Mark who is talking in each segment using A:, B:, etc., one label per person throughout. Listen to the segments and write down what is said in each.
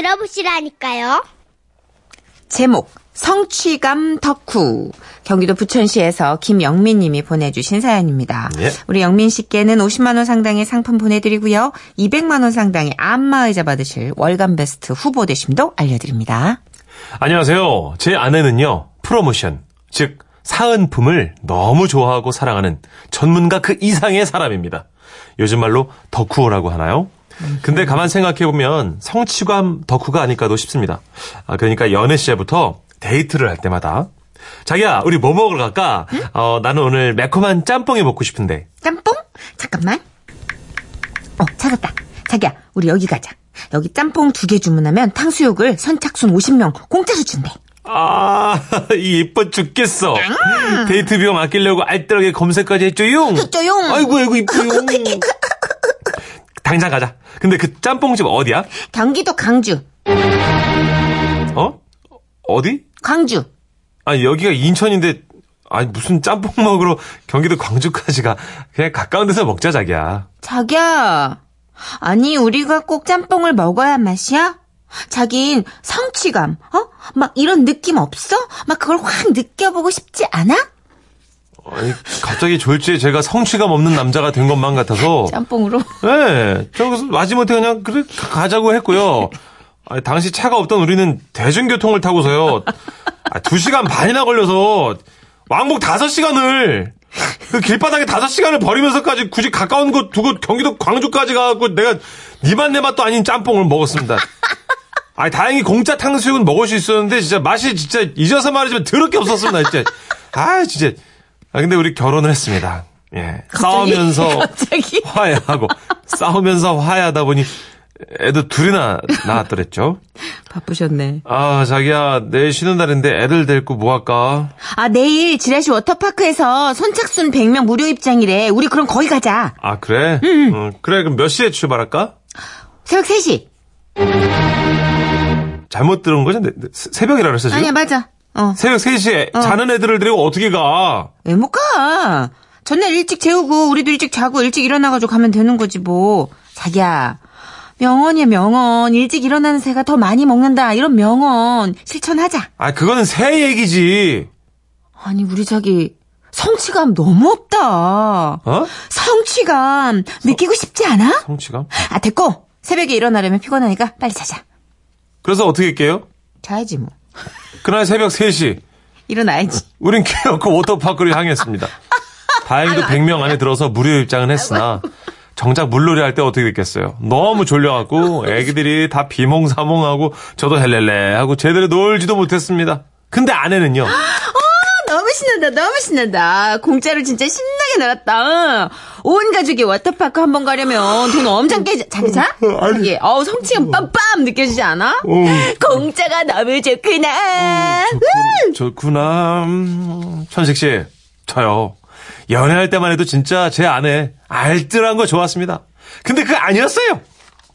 A: 들어보시라니까요.
B: 제목 성취감 덕후 경기도 부천시에서 김영민 님이 보내주신 사연입니다.
C: 예.
B: 우리 영민 씨께는 50만 원 상당의 상품 보내드리고요. 200만 원 상당의 안마의자 받으실 월간 베스트 후보 되심도 알려드립니다.
C: 안녕하세요. 제 아내는요, 프로모션, 즉, 사은품을 너무 좋아하고 사랑하는 전문가 그 이상의 사람입니다. 요즘 말로 덕후라고 하나요? 근데 가만 생각해보면 성취감 덕후가 아닐까도 싶습니다. 아, 그러니까 연애 시절부터 데이트를 할 때마다 자기야, 우리 뭐 먹으러 갈까? 어, 나는 오늘 매콤한 짬뽕이 먹고 싶은데.
B: 짬뽕? 잠깐만. 어 찾았다. 자기야 우리 여기 가자. 여기 짬뽕 두 개 주문하면 탕수육을 선착순 50명 공짜로 준대.
C: 아, 이 예뻐 죽겠어. 데이트 비용 아끼려고 알뜰하게 검색까지 했죠용.
B: 했죠용.
C: 아이고, 아이고, 이뻐용. 당장 가자. 근데 그 짬뽕집 어디야?
B: 경기도 강주.
C: 어? 어디?
B: 광주.
C: 아니, 여기가 인천인데, 아니, 무슨 짬뽕 먹으러 경기도 광주까지 가. 그냥 가까운 데서 먹자, 자기야.
B: 자기야. 아니, 우리가 꼭 짬뽕을 먹어야 맛이야? 자긴 성취감, 어? 막 이런 느낌 없어? 막 그걸 확 느껴보고 싶지 않아?
C: 아니, 갑자기 졸지에 제가 성취감 없는 남자가 된 것만 같아서.
B: 짬뽕으로.
C: 예, 저기서 마지못해 그냥 그래 가- 가자고 했고요. 아니, 당시 차가 없던 우리는 대중교통을 타고서요. 아, 2시간 반이나 걸려서 왕복 5시간을 그 길바닥에 5시간을 버리면서까지 굳이 가까운 곳 두고 경기도 광주까지 가고 내가 니만 내맛 도 아닌 짬뽕을 먹었습니다. 아니 다행히 공짜 탕수육은 먹을 수 있었는데 진짜 맛이 진짜 잊어서 말하지만 더럽게 없었습니다 진짜. 아 진짜. 아 근데 우리 결혼을 했습니다. 예.
B: 갑자기?
C: 싸우면서
B: 갑자기?
C: 화해하고 싸우면서 화해하다 보니 애도 둘이나
B: 어,
C: 낳았더랬죠.
B: 바쁘셨네.
C: 아 자기야 내일 쉬는 날인데 애들 데리고 뭐 할까?
B: 아, 내일 지라시 워터파크에서 선착순 100명 무료 입장이래. 우리 그럼 거기 가자.
C: 아 그래?
B: 음.
C: 어, 그래 그럼 몇 시에 출발할까?
B: 새벽 3시.
C: 잘못 들은 거죠? 네, 네, 새- 새벽이라 그랬어 지금?
B: 아니야, 맞아. 어.
C: 새벽 3시에 자는 애들을 데리고 어떻게 가?
B: 왜 못 가? 전날 일찍 재우고 우리도 일찍 자고 일찍 일어나가지고 가면 되는 거지 뭐. 자기야. 명언이야 명언. 일찍 일어나는 새가 더 많이 먹는다. 이런 명언 실천하자.
C: 아 그거는 새 얘기지.
B: 아니 우리 자기 성취감 너무 없다.
C: 어?
B: 성취감 느끼고 싶지 않아?
C: 성취감?
B: 아 됐고 새벽에 일어나려면 피곤하니까 빨리 자자.
C: 그래서 어떻게 할게요?
B: 자야지 뭐.
C: 그날 새벽 3시
B: 일어나야지.
C: 우린 키워코 워터파크를 향했습니다. 다행히도 100명 안에 들어서 무료 입장은 했으나 정작 물놀이 할 때 어떻게 됐겠어요? 너무 졸려갖고 애기들이 다 비몽사몽하고 저도 헬렐레 하고 제대로 놀지도 못했습니다. 근데 아내는요.
B: 너무 신난다, 너무 신난다. 공짜로 진짜 신나게 놀았다. 온 가족이 워터파크 한 번 가려면 돈 엄청 깨지, 자기 자? 자기, 어우, 성취감 빰빰 느껴지지 않아? 공짜가 너무 어, 좋구나.
C: 좋군- 좋구나. 음, 천식 씨, 저요. 연애할 때만 해도 진짜 제 아내 알뜰한 거 좋았습니다. 근데 그거 아니었어요.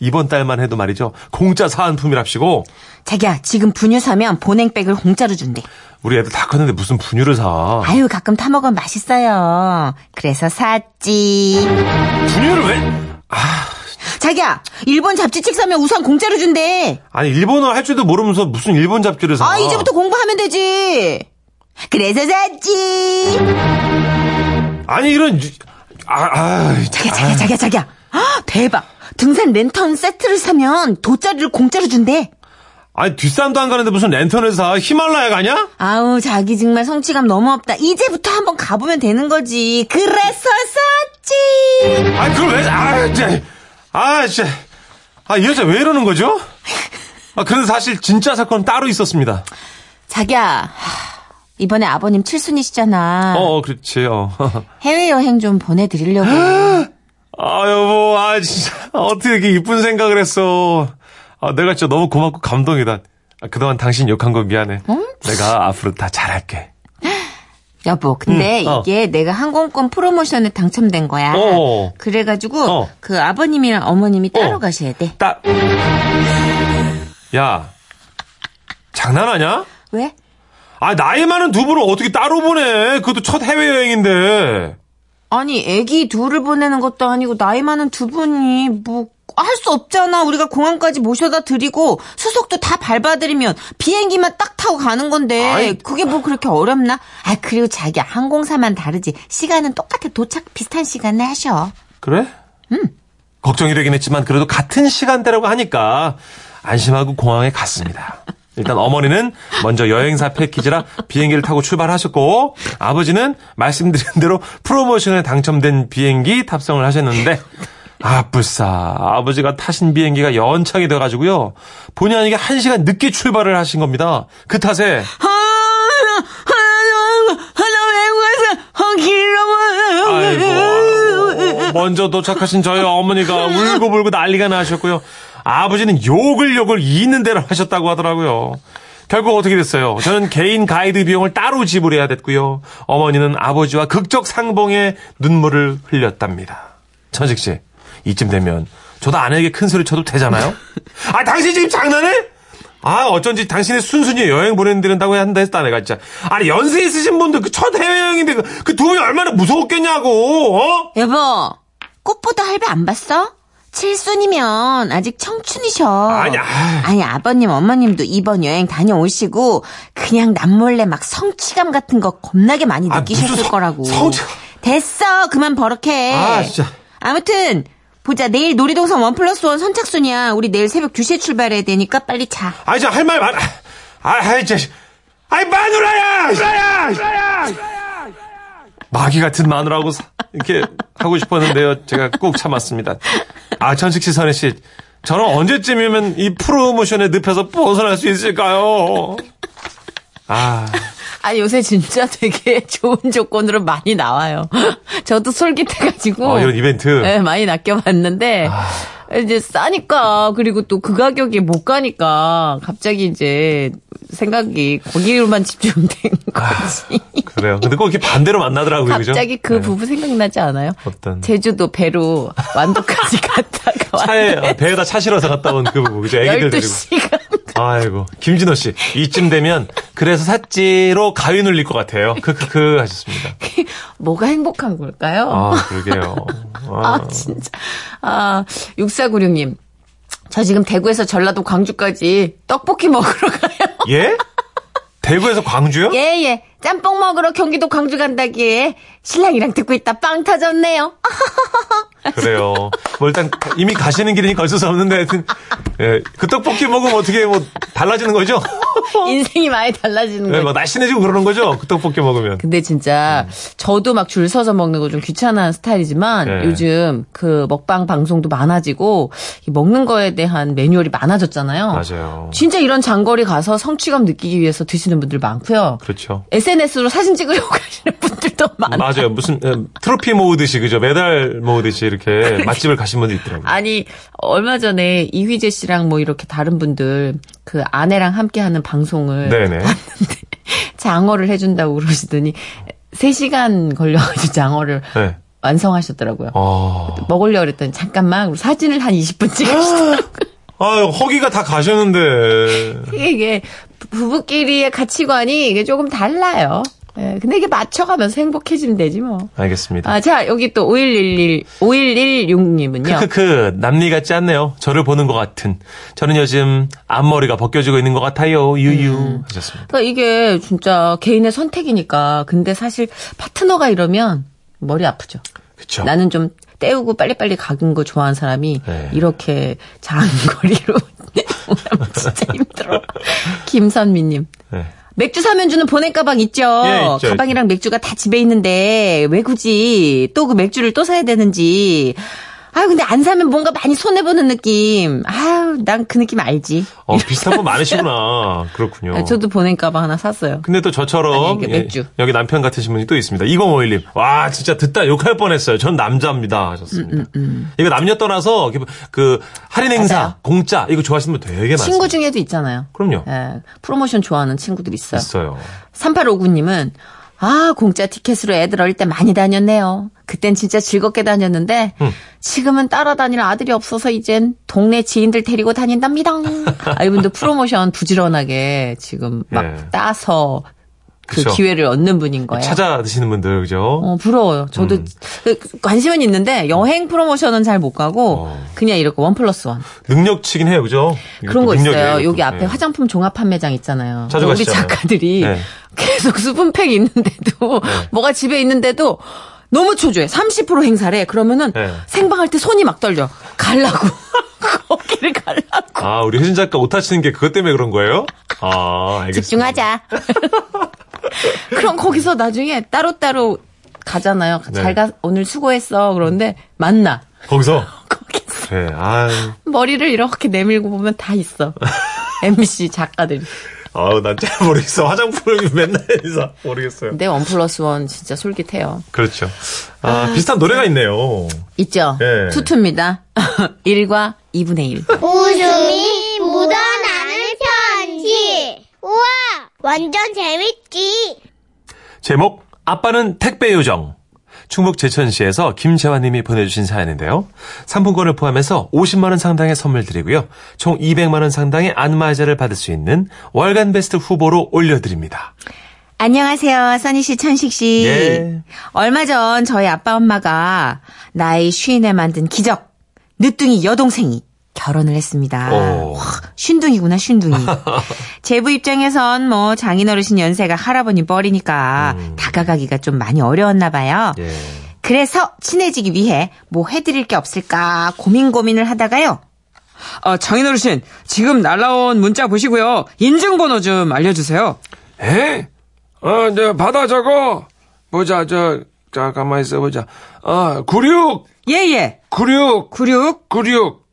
C: 이번 달만 해도 말이죠. 공짜 사은품이랍시고
B: 자기야, 지금 분유 사면 보냉백을 공짜로 준대.
C: 우리 애들 다 컸는데 무슨 분유를 사.
B: 아유, 가끔 타먹으면 맛있어요. 그래서 샀지.
C: 분유를 왜?
B: 자기야, 일본 잡지책 사면 우산 공짜로 준대.
C: 아니 일본어 할 줄도 모르면서 무슨 일본 잡지를 사.
B: 아, 이제부터 공부하면 되지. 그래서 샀지.
C: 아니 이런 유- 아, 아,
B: 자기야, 자기야, 자기야, 자기야. 아, 대박. 등산 랜턴 세트를 사면 돗자리를 공짜로 준대.
C: 아니 뒷산도 안 가는데 무슨 랜턴을 사? 히말라야 가냐?
B: 아우, 자기 정말 성취감 너무 없다. 이제부터 한번 가보면 되는 거지. 그래서 샀지.
C: 아니 그걸 왜? 아, 진짜. 아, 진짜. 아, 이 여자 왜 이러는 거죠? 아, 그런데 사실 진짜 사건 은 따로 있었습니다.
B: 자기야, 하, 이번에 아버님 칠순이시잖아.
C: 어, 어, 그렇지요.
B: 해외여행 좀 보내드리려고.
C: 아, 여보, 아, 진짜 어떻게 이렇게 이쁜 생각을 했어? 아, 내가 진짜 너무 고맙고 감동이다. 아, 그동안 당신 욕한 거 미안해.
B: 어?
C: 내가 앞으로 다 잘할게.
B: 여보, 근데
C: 음, 어.
B: 이게 내가 항공권 프로모션에 당첨된 거야.
C: 어.
B: 그래가지고
C: 어.
B: 그 아버님이랑 어머님이 따로
C: 어.
B: 가셔야 돼.
C: 딱. 야, 장난하냐?
B: 왜?
C: 아, 나이 많은 두부를 어떻게 따로 보내? 그것도 첫 해외여행인데.
B: 아니, 애기 둘을 보내는 것도 아니고 나이 많은 두 분이 뭐 할 수 없잖아. 우리가 공항까지 모셔다 드리고 수속도 다 밟아드리면 비행기만 딱 타고 가는 건데
C: 아이.
B: 그게 뭐 그렇게 어렵나? 아 그리고 자기 항공사만 다르지 시간은 똑같아 도착 비슷한 시간에 하셔.
C: 그래? 응. 걱정이 되긴 했지만 그래도 같은 시간대라고 하니까 안심하고 공항에 갔습니다. 일단 어머니는 먼저 여행사 패키지라 비행기를 타고 출발하셨고 아버지는 말씀드린 대로 프로모션에 당첨된 비행기 탑승을 하셨는데 아 불싸 아버지가 타신 비행기가 연착이 돼가지고요 본의 아니게 한 시간 늦게 출발을 하신 겁니다 그 탓에 아이고, 먼저 도착하신 저희 어머니가 울고불고 난리가 나셨고요. 아버지는 욕을 욕을 있는 대로 하셨다고 하더라고요. 결국 어떻게 됐어요? 저는 개인 가이드 비용을 따로 지불해야 됐고요. 어머니는 아버지와 극적 상봉의 눈물을 흘렸답니다. 천식 씨, 이쯤 되면 저도 아내에게 큰 소리 쳐도 되잖아요? 아, 당신 지금 장난해? 아, 어쩐지 당신의 순순히 여행 보내드린다고 한다 했다, 내가 진짜. 아니, 연세 있으신 분들 그 첫 해외여행인데 그, 그 두 분이 얼마나 무서웠겠냐고, 어?
B: 여보 꽃보다 할배 안 봤어? 칠순이면 아직 청춘이셔.
C: 아니, 아이.
B: 아니 아버님 어머님도 이번 여행 다녀오시고 그냥 남몰래 막 성취감 같은 거 겁나게 많이
C: 아,
B: 느끼셨을
C: 무슨 성-
B: 거라고.
C: 성취-
B: 됐어 그만 버럭해.
C: 아, 진짜.
B: 아무튼 보자 내일 놀이동산 원 플러스 원 선착순이야. 우리 내일 새벽 2시에 출발해야 되니까 빨리 자.
C: 아이, 저, 할 말 많아. 아, 아이, 저, 아이, 마누라야! 마누라야! 마귀 같은 마누라고 사- 이렇게 하고 싶었는데요. 제가 꼭 참았습니다. 아, 천식 씨, 선혜 씨. 저는 언제쯤이면 이 프로모션에 늪에서 벗어날 수 있을까요? 아,
B: 아니 요새 진짜 되게 좋은 조건으로 많이 나와요. 저도 솔깃해가지고
C: 어, 이런 이벤트.
B: 네, 많이 아껴봤는데 이제 싸니까 그리고 또 그 가격에 못 가니까 갑자기 이제 생각이 거기로만 집중된 거지.
C: 그래요. 근데 꼭 이렇게 반대로 만나더라고요, 아, 그죠? 네.
B: 갑자기 그 부부 생각나지 않아요?
C: 어떤?
B: 제주도 배로 완도까지 갔다가
C: 차에, 아, 배에다 차 실어서 갔다 온 그 부부, 그죠? 애기들 데리고.
B: 12시간
C: 아이고 김진호 씨 이쯤 되면 그래서 샀지로 가위 눌릴 것 같아요. 크크크 하셨습니다.
B: 뭐가 행복한 걸까요?
C: 아 그러게요. 아,
B: 아, 진짜. 아, 6496님. 저 지금 대구에서 전라도 광주까지 떡볶이 먹으러 가요.
C: 예? 대구에서 광주요?
B: 예, 예. 짬뽕 먹으러 경기도 광주 간다기에 신랑이랑 듣고 있다 빵 터졌네요. 아,
C: 그래요. 뭐 일단 이미 가시는 길이니까 어쩔 수 없는데 하여튼 예, 그 떡볶이 먹으면 어떻게 뭐 달라지는 거죠?
B: 인생이 많이 달라지는
C: 예,
B: 거예요.
C: 뭐 날씬해지고 그러는 거죠? 그 떡볶이 먹으면.
B: 근데 진짜 저도 막 줄 서서 먹는 거 좀 귀찮아하는 스타일이지만
C: 네.
B: 요즘 그 먹방 방송도 많아지고 이 먹는 거에 대한 매뉴얼이 많아졌잖아요.
C: 맞아요.
B: 진짜 이런 장거리 가서 성취감 느끼기 위해서 드시는 분들 많고요.
C: 그렇죠.
B: SNS로 사진 찍으려고 가시는 분들도 많아요.
C: 맞아요. 무슨 예, 트로피 모으듯이 그죠? 메달 모으듯이 이렇게 맛집을 가신 분들 있더라고요.
B: 아니 얼마 전에 이휘재 씨랑 뭐 이렇게 다른 분들 그 아내랑 함께하는 방송을
C: 네네.
B: 봤는데 장어를 해준다고 그러시더니 3시간 걸려가지고 장어를
C: 네.
B: 완성하셨더라고요.
C: 어.
B: 먹으려고 그랬더니 잠깐만 그리고 사진을 한 20분 찍으시더라고요.
C: 아유, 허기가 다 가셨는데.
B: 이게, 이게 부부끼리의 가치관이 이게 조금 달라요. 예, 근데 이게 맞춰가면서 행복해지면 되지 뭐.
C: 알겠습니다.
B: 아, 자, 여기 또 5111, 5116님은요.
C: 크크크, 그, 남미 같지 않네요. 저를 보는 것 같은. 저는 요즘 앞머리가 벗겨지고 있는 것 같아요. 유유. 하셨습니다.
B: 그러니까 이게 진짜 개인의 선택이니까. 근데 사실 파트너가 이러면 머리 아프죠.
C: 그쵸.
B: 나는 좀 때우고 빨리빨리 가는 거 좋아하는 사람이
C: 네.
B: 이렇게 장거리로 오면 진짜 힘들어. 김선미님.
C: 네.
B: 맥주 사면 주는 보냉 가방 있죠?
C: 예, 있죠,
B: 가방이랑 맥주가 다 집에 있는데 왜 굳이 또 그 맥주를 또 사야 되는지. 아유 근데 안 사면 뭔가 많이 손해 보는 느낌. 아유 난 그 느낌 알지.
C: 어, 비슷한 분 많으시구나. 그렇군요.
B: 아, 저도 보냉 가방 하나 샀어요.
C: 근데 또 저처럼
B: 아니, 이게
C: 예,
B: 맥주.
C: 여기 남편 같으신 분이 또 있습니다. 2051님. 와, 진짜 듣다 욕할 뻔했어요. 전 남자입니다. 하셨습니다. 이거 남녀 떠나서 이렇게 그 할인 행사
B: 맞아요.
C: 공짜 이거 좋아하시는 분 되게 많습니다.
B: 친구 중에도 있잖아요.
C: 그럼요.
B: 예, 프로모션 좋아하는 친구들 있어요.
C: 있어요.
B: 3859님은 아 공짜 티켓으로 애들 어릴 때 많이 다녔네요. 그땐 진짜 즐겁게 다녔는데 지금은 따라다닐 아들이 없어서 이젠 동네 지인들 데리고 다닌답니다. 아 이분도 프로모션 부지런하게 지금 막
C: 예.
B: 따서
D: 그
C: 그쵸.
D: 기회를 얻는 분인 거예요.
C: 찾아 음. 드시는 분들 그죠?
D: 어, 부러워요. 저도 그, 관심은 있는데 여행 프로모션은 잘 못 가고
C: 어.
D: 그냥 이렇게 원 플러스 원
C: 능력치긴 해요, 그죠?
D: 그런
C: 이것도
D: 거
C: 능력이에요,
D: 있어요.
C: 이것도.
D: 여기 앞에
C: 예.
D: 화장품 종합 판매장 있잖아요.
C: 자주
D: 우리
C: 가시잖아요.
D: 작가들이
C: 네.
D: 계속 수분팩 있는데도 뭐가 집에 있는데도 너무 초조해. 30% 행사래. 그러면은
C: 네.
D: 생방할 때 손이 막 떨려. 갈라고 거기를 갈라고.
C: 아, 우리 혜진 작가 오타 치는 게 그것 때문에 그런 거예요? 아, 알겠습니다.
D: 집중하자. 그럼 거기서 나중에 따로따로 가잖아요.
C: 네.
D: 잘 가, 오늘 수고했어. 그런데 만나.
C: 거기서
D: 거기서
C: 그래, 아,
D: 머리를 이렇게 내밀고 보면 다 있어. MC 작가들.
C: 아우 난 잘 모르겠어. 화장품을 맨날 해서 모르겠어요.
D: 근데 원 플러스 원 진짜 솔깃해요.
C: 그렇죠. 아, 비슷한 노래가 있네요.
D: 있죠?
C: 예.
D: 투투입니다. 1과 2분의 1.
A: 웃음이 묻어나는 편지. 우와, 완전 재밌지.
C: 제목 아빠는 택배 요정 충북 제천시에서 김재환님이 보내주신 사연인데요. 상품권을 포함해서 50만 원 상당의 선물 드리고요. 총 200만 원 상당의 안마의자를 받을 수 있는 월간 베스트 후보로 올려드립니다.
D: 안녕하세요. 써니 씨, 천식 씨.
C: 예.
D: 얼마 전 저희 아빠 엄마가 나이 쉰에 만든 기적, 늦둥이 여동생이 결혼을 했습니다.
C: 오.
D: 와, 쉰둥이구나, 쉰둥이. 제부 입장에선 뭐 장인어르신 연세가 할아버님 뻘이니까 다가가기가 좀 많이 어려웠나 봐요.
C: 음. 예.
D: 그래서 친해지기 위해 뭐 해드릴 게 없을까 고민 고민을 하다가요. 장인어르신 지금 날라온 문자 보시고요. 인증번호 좀 알려주세요.
E: 에? 어, 이제 받아 저거. 보자, 저, 자, 가만히 있어보자. 어, 96!
D: 예예.
E: 96!
D: 96
E: 96!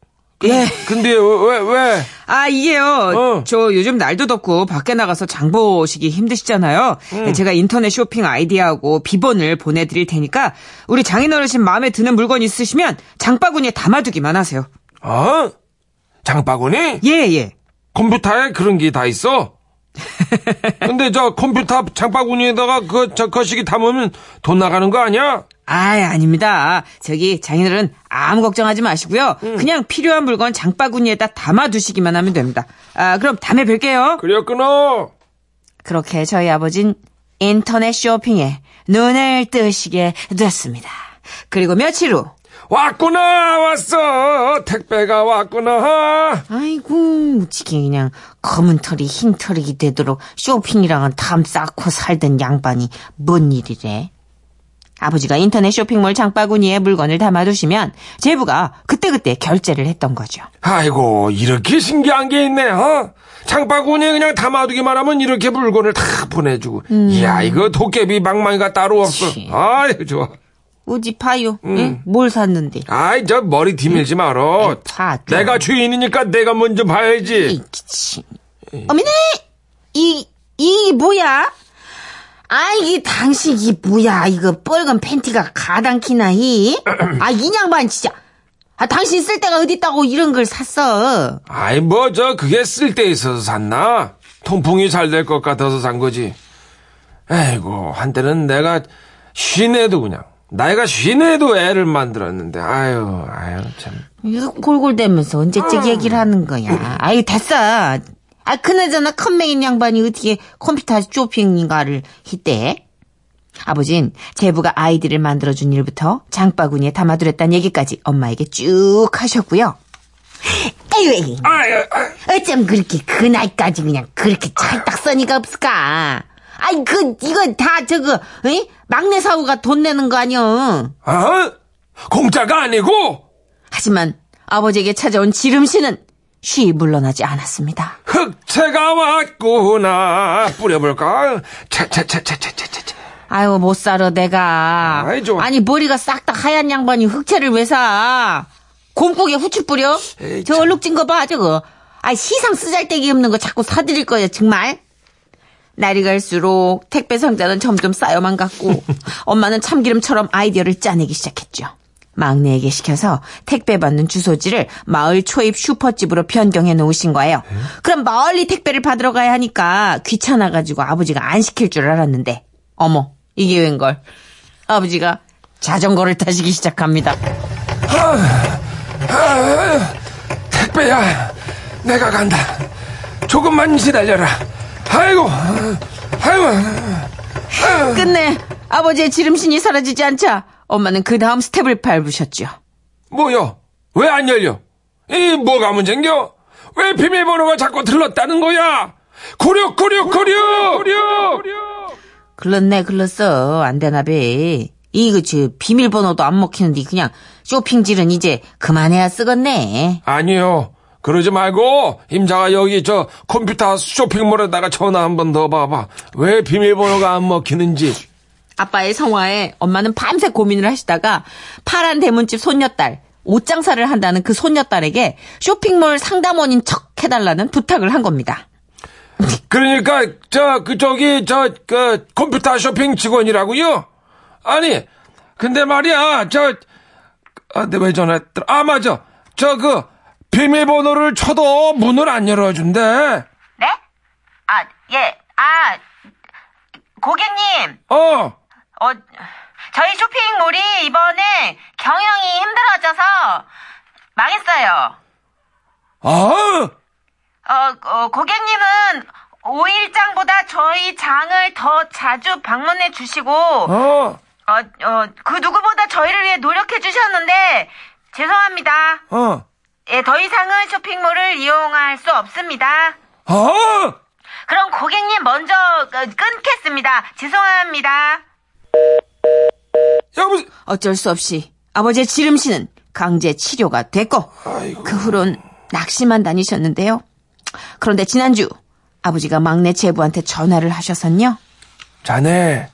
D: 예.
E: 근데, 왜, 왜?
D: 아 이게요.
E: 어.
D: 저 요즘 날도 덥고 밖에 나가서 장 보시기 힘드시잖아요. 제가 인터넷 쇼핑 아이디하고 비번을 보내드릴 테니까 우리 장인어르신 마음에 드는 물건 있으시면 장바구니에 담아두기만 하세요.
E: 어? 장바구니?
D: 예예.
E: 컴퓨터에 그런 게 다 있어? 근데 저 컴퓨터 장바구니에다가 그, 저 거시기 담으면 돈 나가는 거 아니야?
D: 아, 아닙니다. 저기 장인어른 아무 걱정하지 마시고요. 그냥 필요한 물건 장바구니에다 담아두시기만 하면 됩니다. 아, 그럼 다음에 뵐게요.
E: 그래, 끊어!
D: 그렇게 저희 아버진 인터넷 쇼핑에 눈을 뜨시게 됐습니다. 그리고 며칠 후
E: 왔구나! 왔어! 택배가 왔구나!
D: 아이고 무지개 그냥 검은 털이 흰 털이 되도록 쇼핑이랑은 담 쌓고 살던 양반이 뭔 일이래. 아버지가 인터넷 쇼핑몰 장바구니에 물건을 담아두시면 제부가 그때그때 결제를 했던 거죠.
E: 아이고 이렇게 신기한 게 있네 어? 장바구니에 그냥 담아두기만 하면 이렇게 물건을 다 보내주고 이야 이거 도깨비 망망이가 따로 없어
D: 치.
E: 아이 좋아
D: 우지 파요. 예? 뭘 샀는데?
E: 아이 저 머리 디밀지 말어
D: 다 줘.
E: 어, 내가 주인이니까 내가 먼저 봐야지
D: 이 기침. 어머니! 이, 이 뭐야? 아, 이게 당신 이 뭐야? 이거 빨간 팬티가 가당키나 이? 아, 이 양반 진짜. 아, 당신 쓸 데가 어디 있다고 이런 걸 샀어.
E: 아이 뭐 저 그게 쓸데 있어서 샀나 통풍이 잘 될 것 같아서 산 거지 아이고 한때는 내가 쉰에도 그냥 나이가 쉰에도 애를 만들었는데 아유 아유 참
D: 이거 골골대면서 언제쯤 얘기를 하는 거야. 아이, 됐어. 아, 그나저나 컴맹인 양반이 어떻게 컴퓨터 쇼핑인가를 했대? 아버진 제부가 아이디를 만들어준 일부터 장바구니에 담아두랬다는 얘기까지 엄마에게 쭉 하셨고요. 에이,
E: 아유 아유
D: 어쩜 그렇게 그 나이까지 그냥 그렇게 찰떡 써니가 없을까? 아이, 그, 이거 다 저거, 응? 막내 사우가 돈 내는 거 아니여.
E: 어? 공짜가 아니고
D: 하지만 아버지에게 찾아온 지름신은 쉬이 물러나지 않았습니다.
E: 흑채가 왔구나 뿌려볼까? 차차차차차차차
D: 아유 못 살아 내가.
E: 아이, 좀.
D: 니 머리가 싹 다 하얀 양반이 흑채를 왜 사? 곰국에 후추 뿌려?
E: 에이,
D: 저
E: 참.
D: 얼룩진 거 봐 저거. 아 시상 쓰잘데기 없는 거 자꾸 사드릴 거예요 정말. 날이 갈수록 택배 상자는 점점 쌓여만 갔고 엄마는 참기름처럼 아이디어를 짜내기 시작했죠. 막내에게 시켜서 택배 받는 주소지를 마을 초입 슈퍼집으로 변경해 놓으신 거예요. 그럼 멀리 택배를 받으러 가야 하니까 귀찮아가지고 아버지가 안 시킬 줄 알았는데 어머 이게 웬걸 아버지가 자전거를 타시기 시작합니다.
E: 택배야 내가 간다 조금만 기다려라 아이고 아,
B: 끝내 아버지의 지름신이 사라지지 않자 엄마는 그 다음 스텝을 밟으셨죠.
E: 뭐요? 왜 안 열려? 이 뭐가 문제인겨? 왜 비밀번호가 자꾸 틀렸다는 거야? 969696!
B: 글렀네 글렀어 안 되나 배. 이거 그, 저 비밀번호도 안 먹히는데 그냥 쇼핑질은 이제 그만해야 쓰겠네.
E: 아니요. 그러지 말고 임자가 여기 저 컴퓨터 쇼핑몰에다가 전화 한 번 더 봐봐. 왜 비밀번호가 안 먹히는지.
B: 아빠의 성화에 엄마는 밤새 고민을 하시다가 파란 대문집 손녀딸 옷장사를 한다는 그 손녀딸에게 쇼핑몰 상담원인 척 해달라는 부탁을 한 겁니다.
E: 그러니까 저 그쪽이 저 그 컴퓨터 쇼핑 직원이라고요? 아니 근데 말이야 저 아, 내가 왜 전화했더라? 아 맞아 저 그 비밀번호를 쳐도 문을 안 열어준대.
D: 네? 아, 예. 아, 고객님.
E: 어
D: 어, 저희 쇼핑몰이 이번에 경영이 힘들어져서 망했어요.
E: 아.
D: 어, 어, 고객님은 5일장보다 저희 장을 더 자주 방문해 주시고, 어,
E: 어,
D: 어, 그 누구보다 저희를 위해 노력해 주셨는데, 죄송합니다.
E: 어,
D: 예, 더 이상은 쇼핑몰을 이용할 수 없습니다.
E: 어!
D: 그럼 고객님 먼저 어, 끊겠습니다. 죄송합니다.
E: 여보세요?
B: 어쩔 수 없이 아버지의 지름신은 강제 치료가 됐고 그 후론 낚시만 다니셨는데요. 그런데 지난주 아버지가 막내 제부한테 전화를 하셔선요.
E: 자네,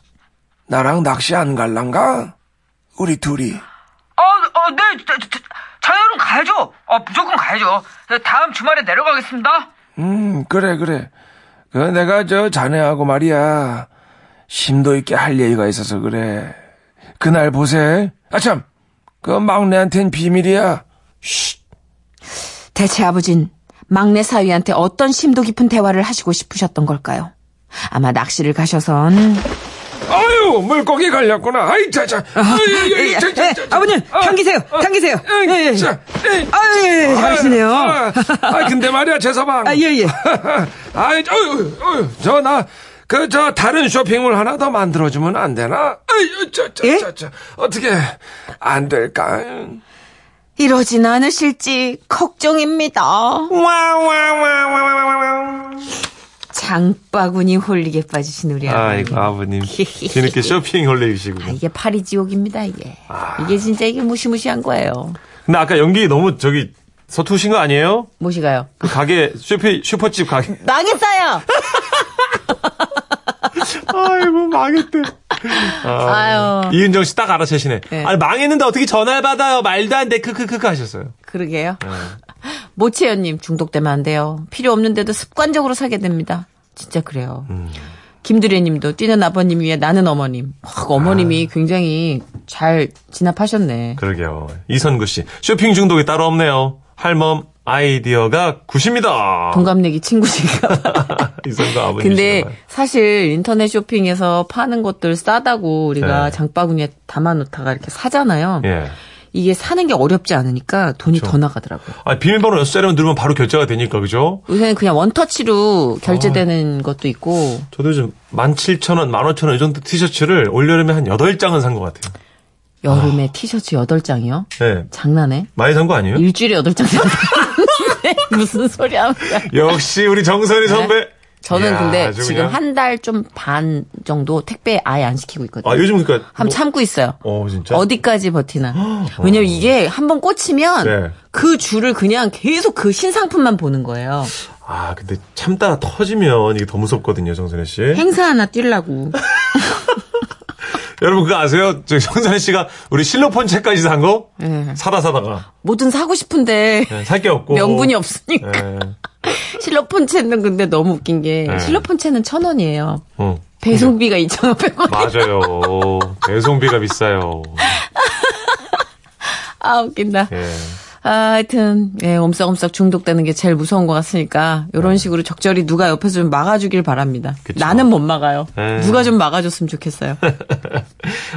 E: 나랑 낚시 안 갈란가? 우리 둘이.
D: 어, 어, 네, 저, 저, 저, 자연은 가야죠. 어, 무조건 가야죠. 네, 다음 주말에 내려가겠습니다.
E: 음, 그래, 그래. 그 내가 저 자네하고 말이야. 심도 있게 할 얘기가 있어서 그래. 그날 보세. 아, 참. 그 막내한텐 비밀이야.
B: 대체 아버진 막내 사위한테 어떤 심도 깊은 대화를 하시고 싶으셨던 걸까요? 아마 낚시를 가셔선
E: 아유, 물고기 갈렸구나. 아이, 자, 자. 아이,
B: 예,
E: 아이, 자, 자, 자, 자.
B: 아버님,
E: 아,
B: 당기세요,
E: 아,
B: 당기세요.
E: 아,
B: 어. 예, 예.
E: 자, 예.
B: 아유, 예, 예, 잘하시네요.
E: 아, 아, 근데 말이야, 제사방.
B: 아, 예, 예.
E: 아이, 어휴, 어휴, 저, 나, 그, 저, 다른 쇼핑몰 하나 더 만들어주면 안 되나? 아이, 저, 저,
B: 예?
E: 저, 저, 어떻게, 안 될까?
B: 이러진 않으실지 걱정입니다.
E: 와, 와, 와, 와, 와, 와, 와.
B: 장바구니 홀리게 빠지신 우리 아버님.
C: 아이고, 아버님. 뒤늦게 쇼핑 홀레이시고.
B: 아, 이게 파리 지옥입니다, 이게.
C: 아.
B: 이게 진짜 이게 무시무시한 거예요.
C: 근데 아까 연기 너무 저기 서투신 거 아니에요?
B: 무시가요.
C: 그 가게, 슈피, 슈퍼집 가게.
B: 망했어요!
C: 아이고, 망했대.
B: 아유,
C: 이은정 씨 딱 알아채시네.
B: 네.
C: 아니, 망했는데 어떻게 전화를 받아요? 말도 안 돼. 크크크크 하셨어요.
B: 그러게요.
C: 네.
B: 모채연님 중독되면 안 돼요. 필요 없는데도 습관적으로 사게 됩니다. 진짜 그래요.
C: 음.
B: 김두래님도 뛰는 아버님 위에 나는 어머님. 확 어머님이
C: 아.
B: 굉장히 잘 진압하셨네.
C: 그러게요. 이선구 씨. 쇼핑 중독이 따로 없네요. 할멈 아이디어가 굿입니다.
B: 동갑내기 친구신가 봐.
C: 이선구 아버님.
B: 근데 사실 인터넷 쇼핑에서 파는 것들 싸다고 우리가
C: 네.
B: 장바구니에 담아놓다가 이렇게 사잖아요.
C: 예.
B: 이게 사는 게 어렵지 않으니까 돈이 더 나가더라고요.
C: 아, 비밀번호 몇 자리만 누르면 바로 결제가 되니까, 그죠?
B: 요새는 그냥 원터치로
C: 아.
B: 결제되는 것도 있고
C: 저도 요즘 17,000원, 15,000원 이 정도 티셔츠를 올여름에 한 8장은 산 것 같아요.
B: 여름에
C: 아.
B: 티셔츠 8장이요?
C: 예.
B: 장난해?
C: 많이 산 거 아니에요?
B: 일주일에 8장 샀는데 무슨 소리 하는 거야.
C: 역시 우리 정선희 선배.
B: 네. 저는
C: 이야,
B: 근데
C: 아주
B: 지금
C: 그냥.
B: 한 달 좀 반 정도 택배 아예 안 시키고 있거든요.
C: 아, 요즘 그러니까.
B: 함
C: 뭐-
B: 참고 있어요.
C: 어, 진짜?
B: 어디까지 버티나. 왜냐면 이게 한번 꽂히면
C: 네.
B: 그 줄을 그냥 계속 그 신상품만 보는 거예요.
C: 아, 근데 참다 터지면 이게 더 무섭거든요, 정선혜 씨.
B: 행사 하나 뛰려고.
C: 여러분 그거 아세요? 저 정선혜 씨가 우리 실로폰 책까지 산 거?
B: 네.
C: 사다 사다가. 네,
B: 뭐든 사고 싶은데
C: 살 게 없고.
B: 명분이 없으니까.
C: 예.
B: 실로폰 채는 근데 너무 웃긴 게
C: 네.
B: 실로폰 채는 천 원이에요.
C: 어.
B: 배송비가 2,500원.
C: 맞아요. 배송비가 비싸요.
B: 아 웃긴다.
C: 예.
B: 아, 하여튼 예, 옴싹옴싹 중독되는 게 제일 무서운 것 같으니까 이런 식으로 적절히 누가 옆에서 좀 막아주길 바랍니다.
C: 네. 그쵸.
B: 나는 못 막아요.
C: 네.
B: 누가 좀 막아줬으면 좋겠어요.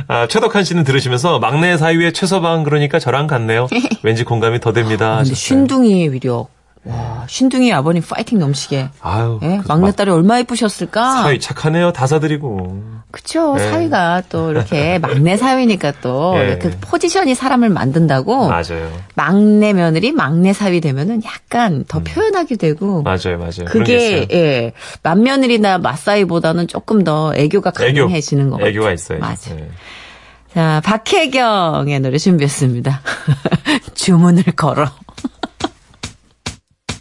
C: 아, 최덕한 씨는 들으시면서 막내 사위의 최서방 그러니까 저랑 같네요. 왠지 공감이 더 됩니다.
B: 아, 근데
C: 하셨어요.
B: 쉰둥이의 위력. 와, 신둥이 아버님 파이팅 넘치게.
C: 아유.
B: 예?
C: 그 막-
B: 막내딸이 아. 얼마나 예쁘셨을까?
C: 사위 착하네요. 다 사드리고.
B: 그쵸. 사위가 또 이렇게 막내 사위니까 또
C: 네. 예.
B: 이렇게 포지션이 사람을 만든다고
C: 맞아요.
B: 막내 며느리, 막내 사위 되면은 약간 더 표현하게 되고
C: 맞아요, 맞아요. 그런
B: 그게
C: 게 있어요.
B: 예 맏며느리나 맞사이보다는 조금 더 애교가
C: 애교.
B: 강해지는 것 같아요.
C: 애교가 있어요.
B: 맞아.
C: 예.
B: 자 박혜경의 노래 준비했습니다. 주문을 걸어.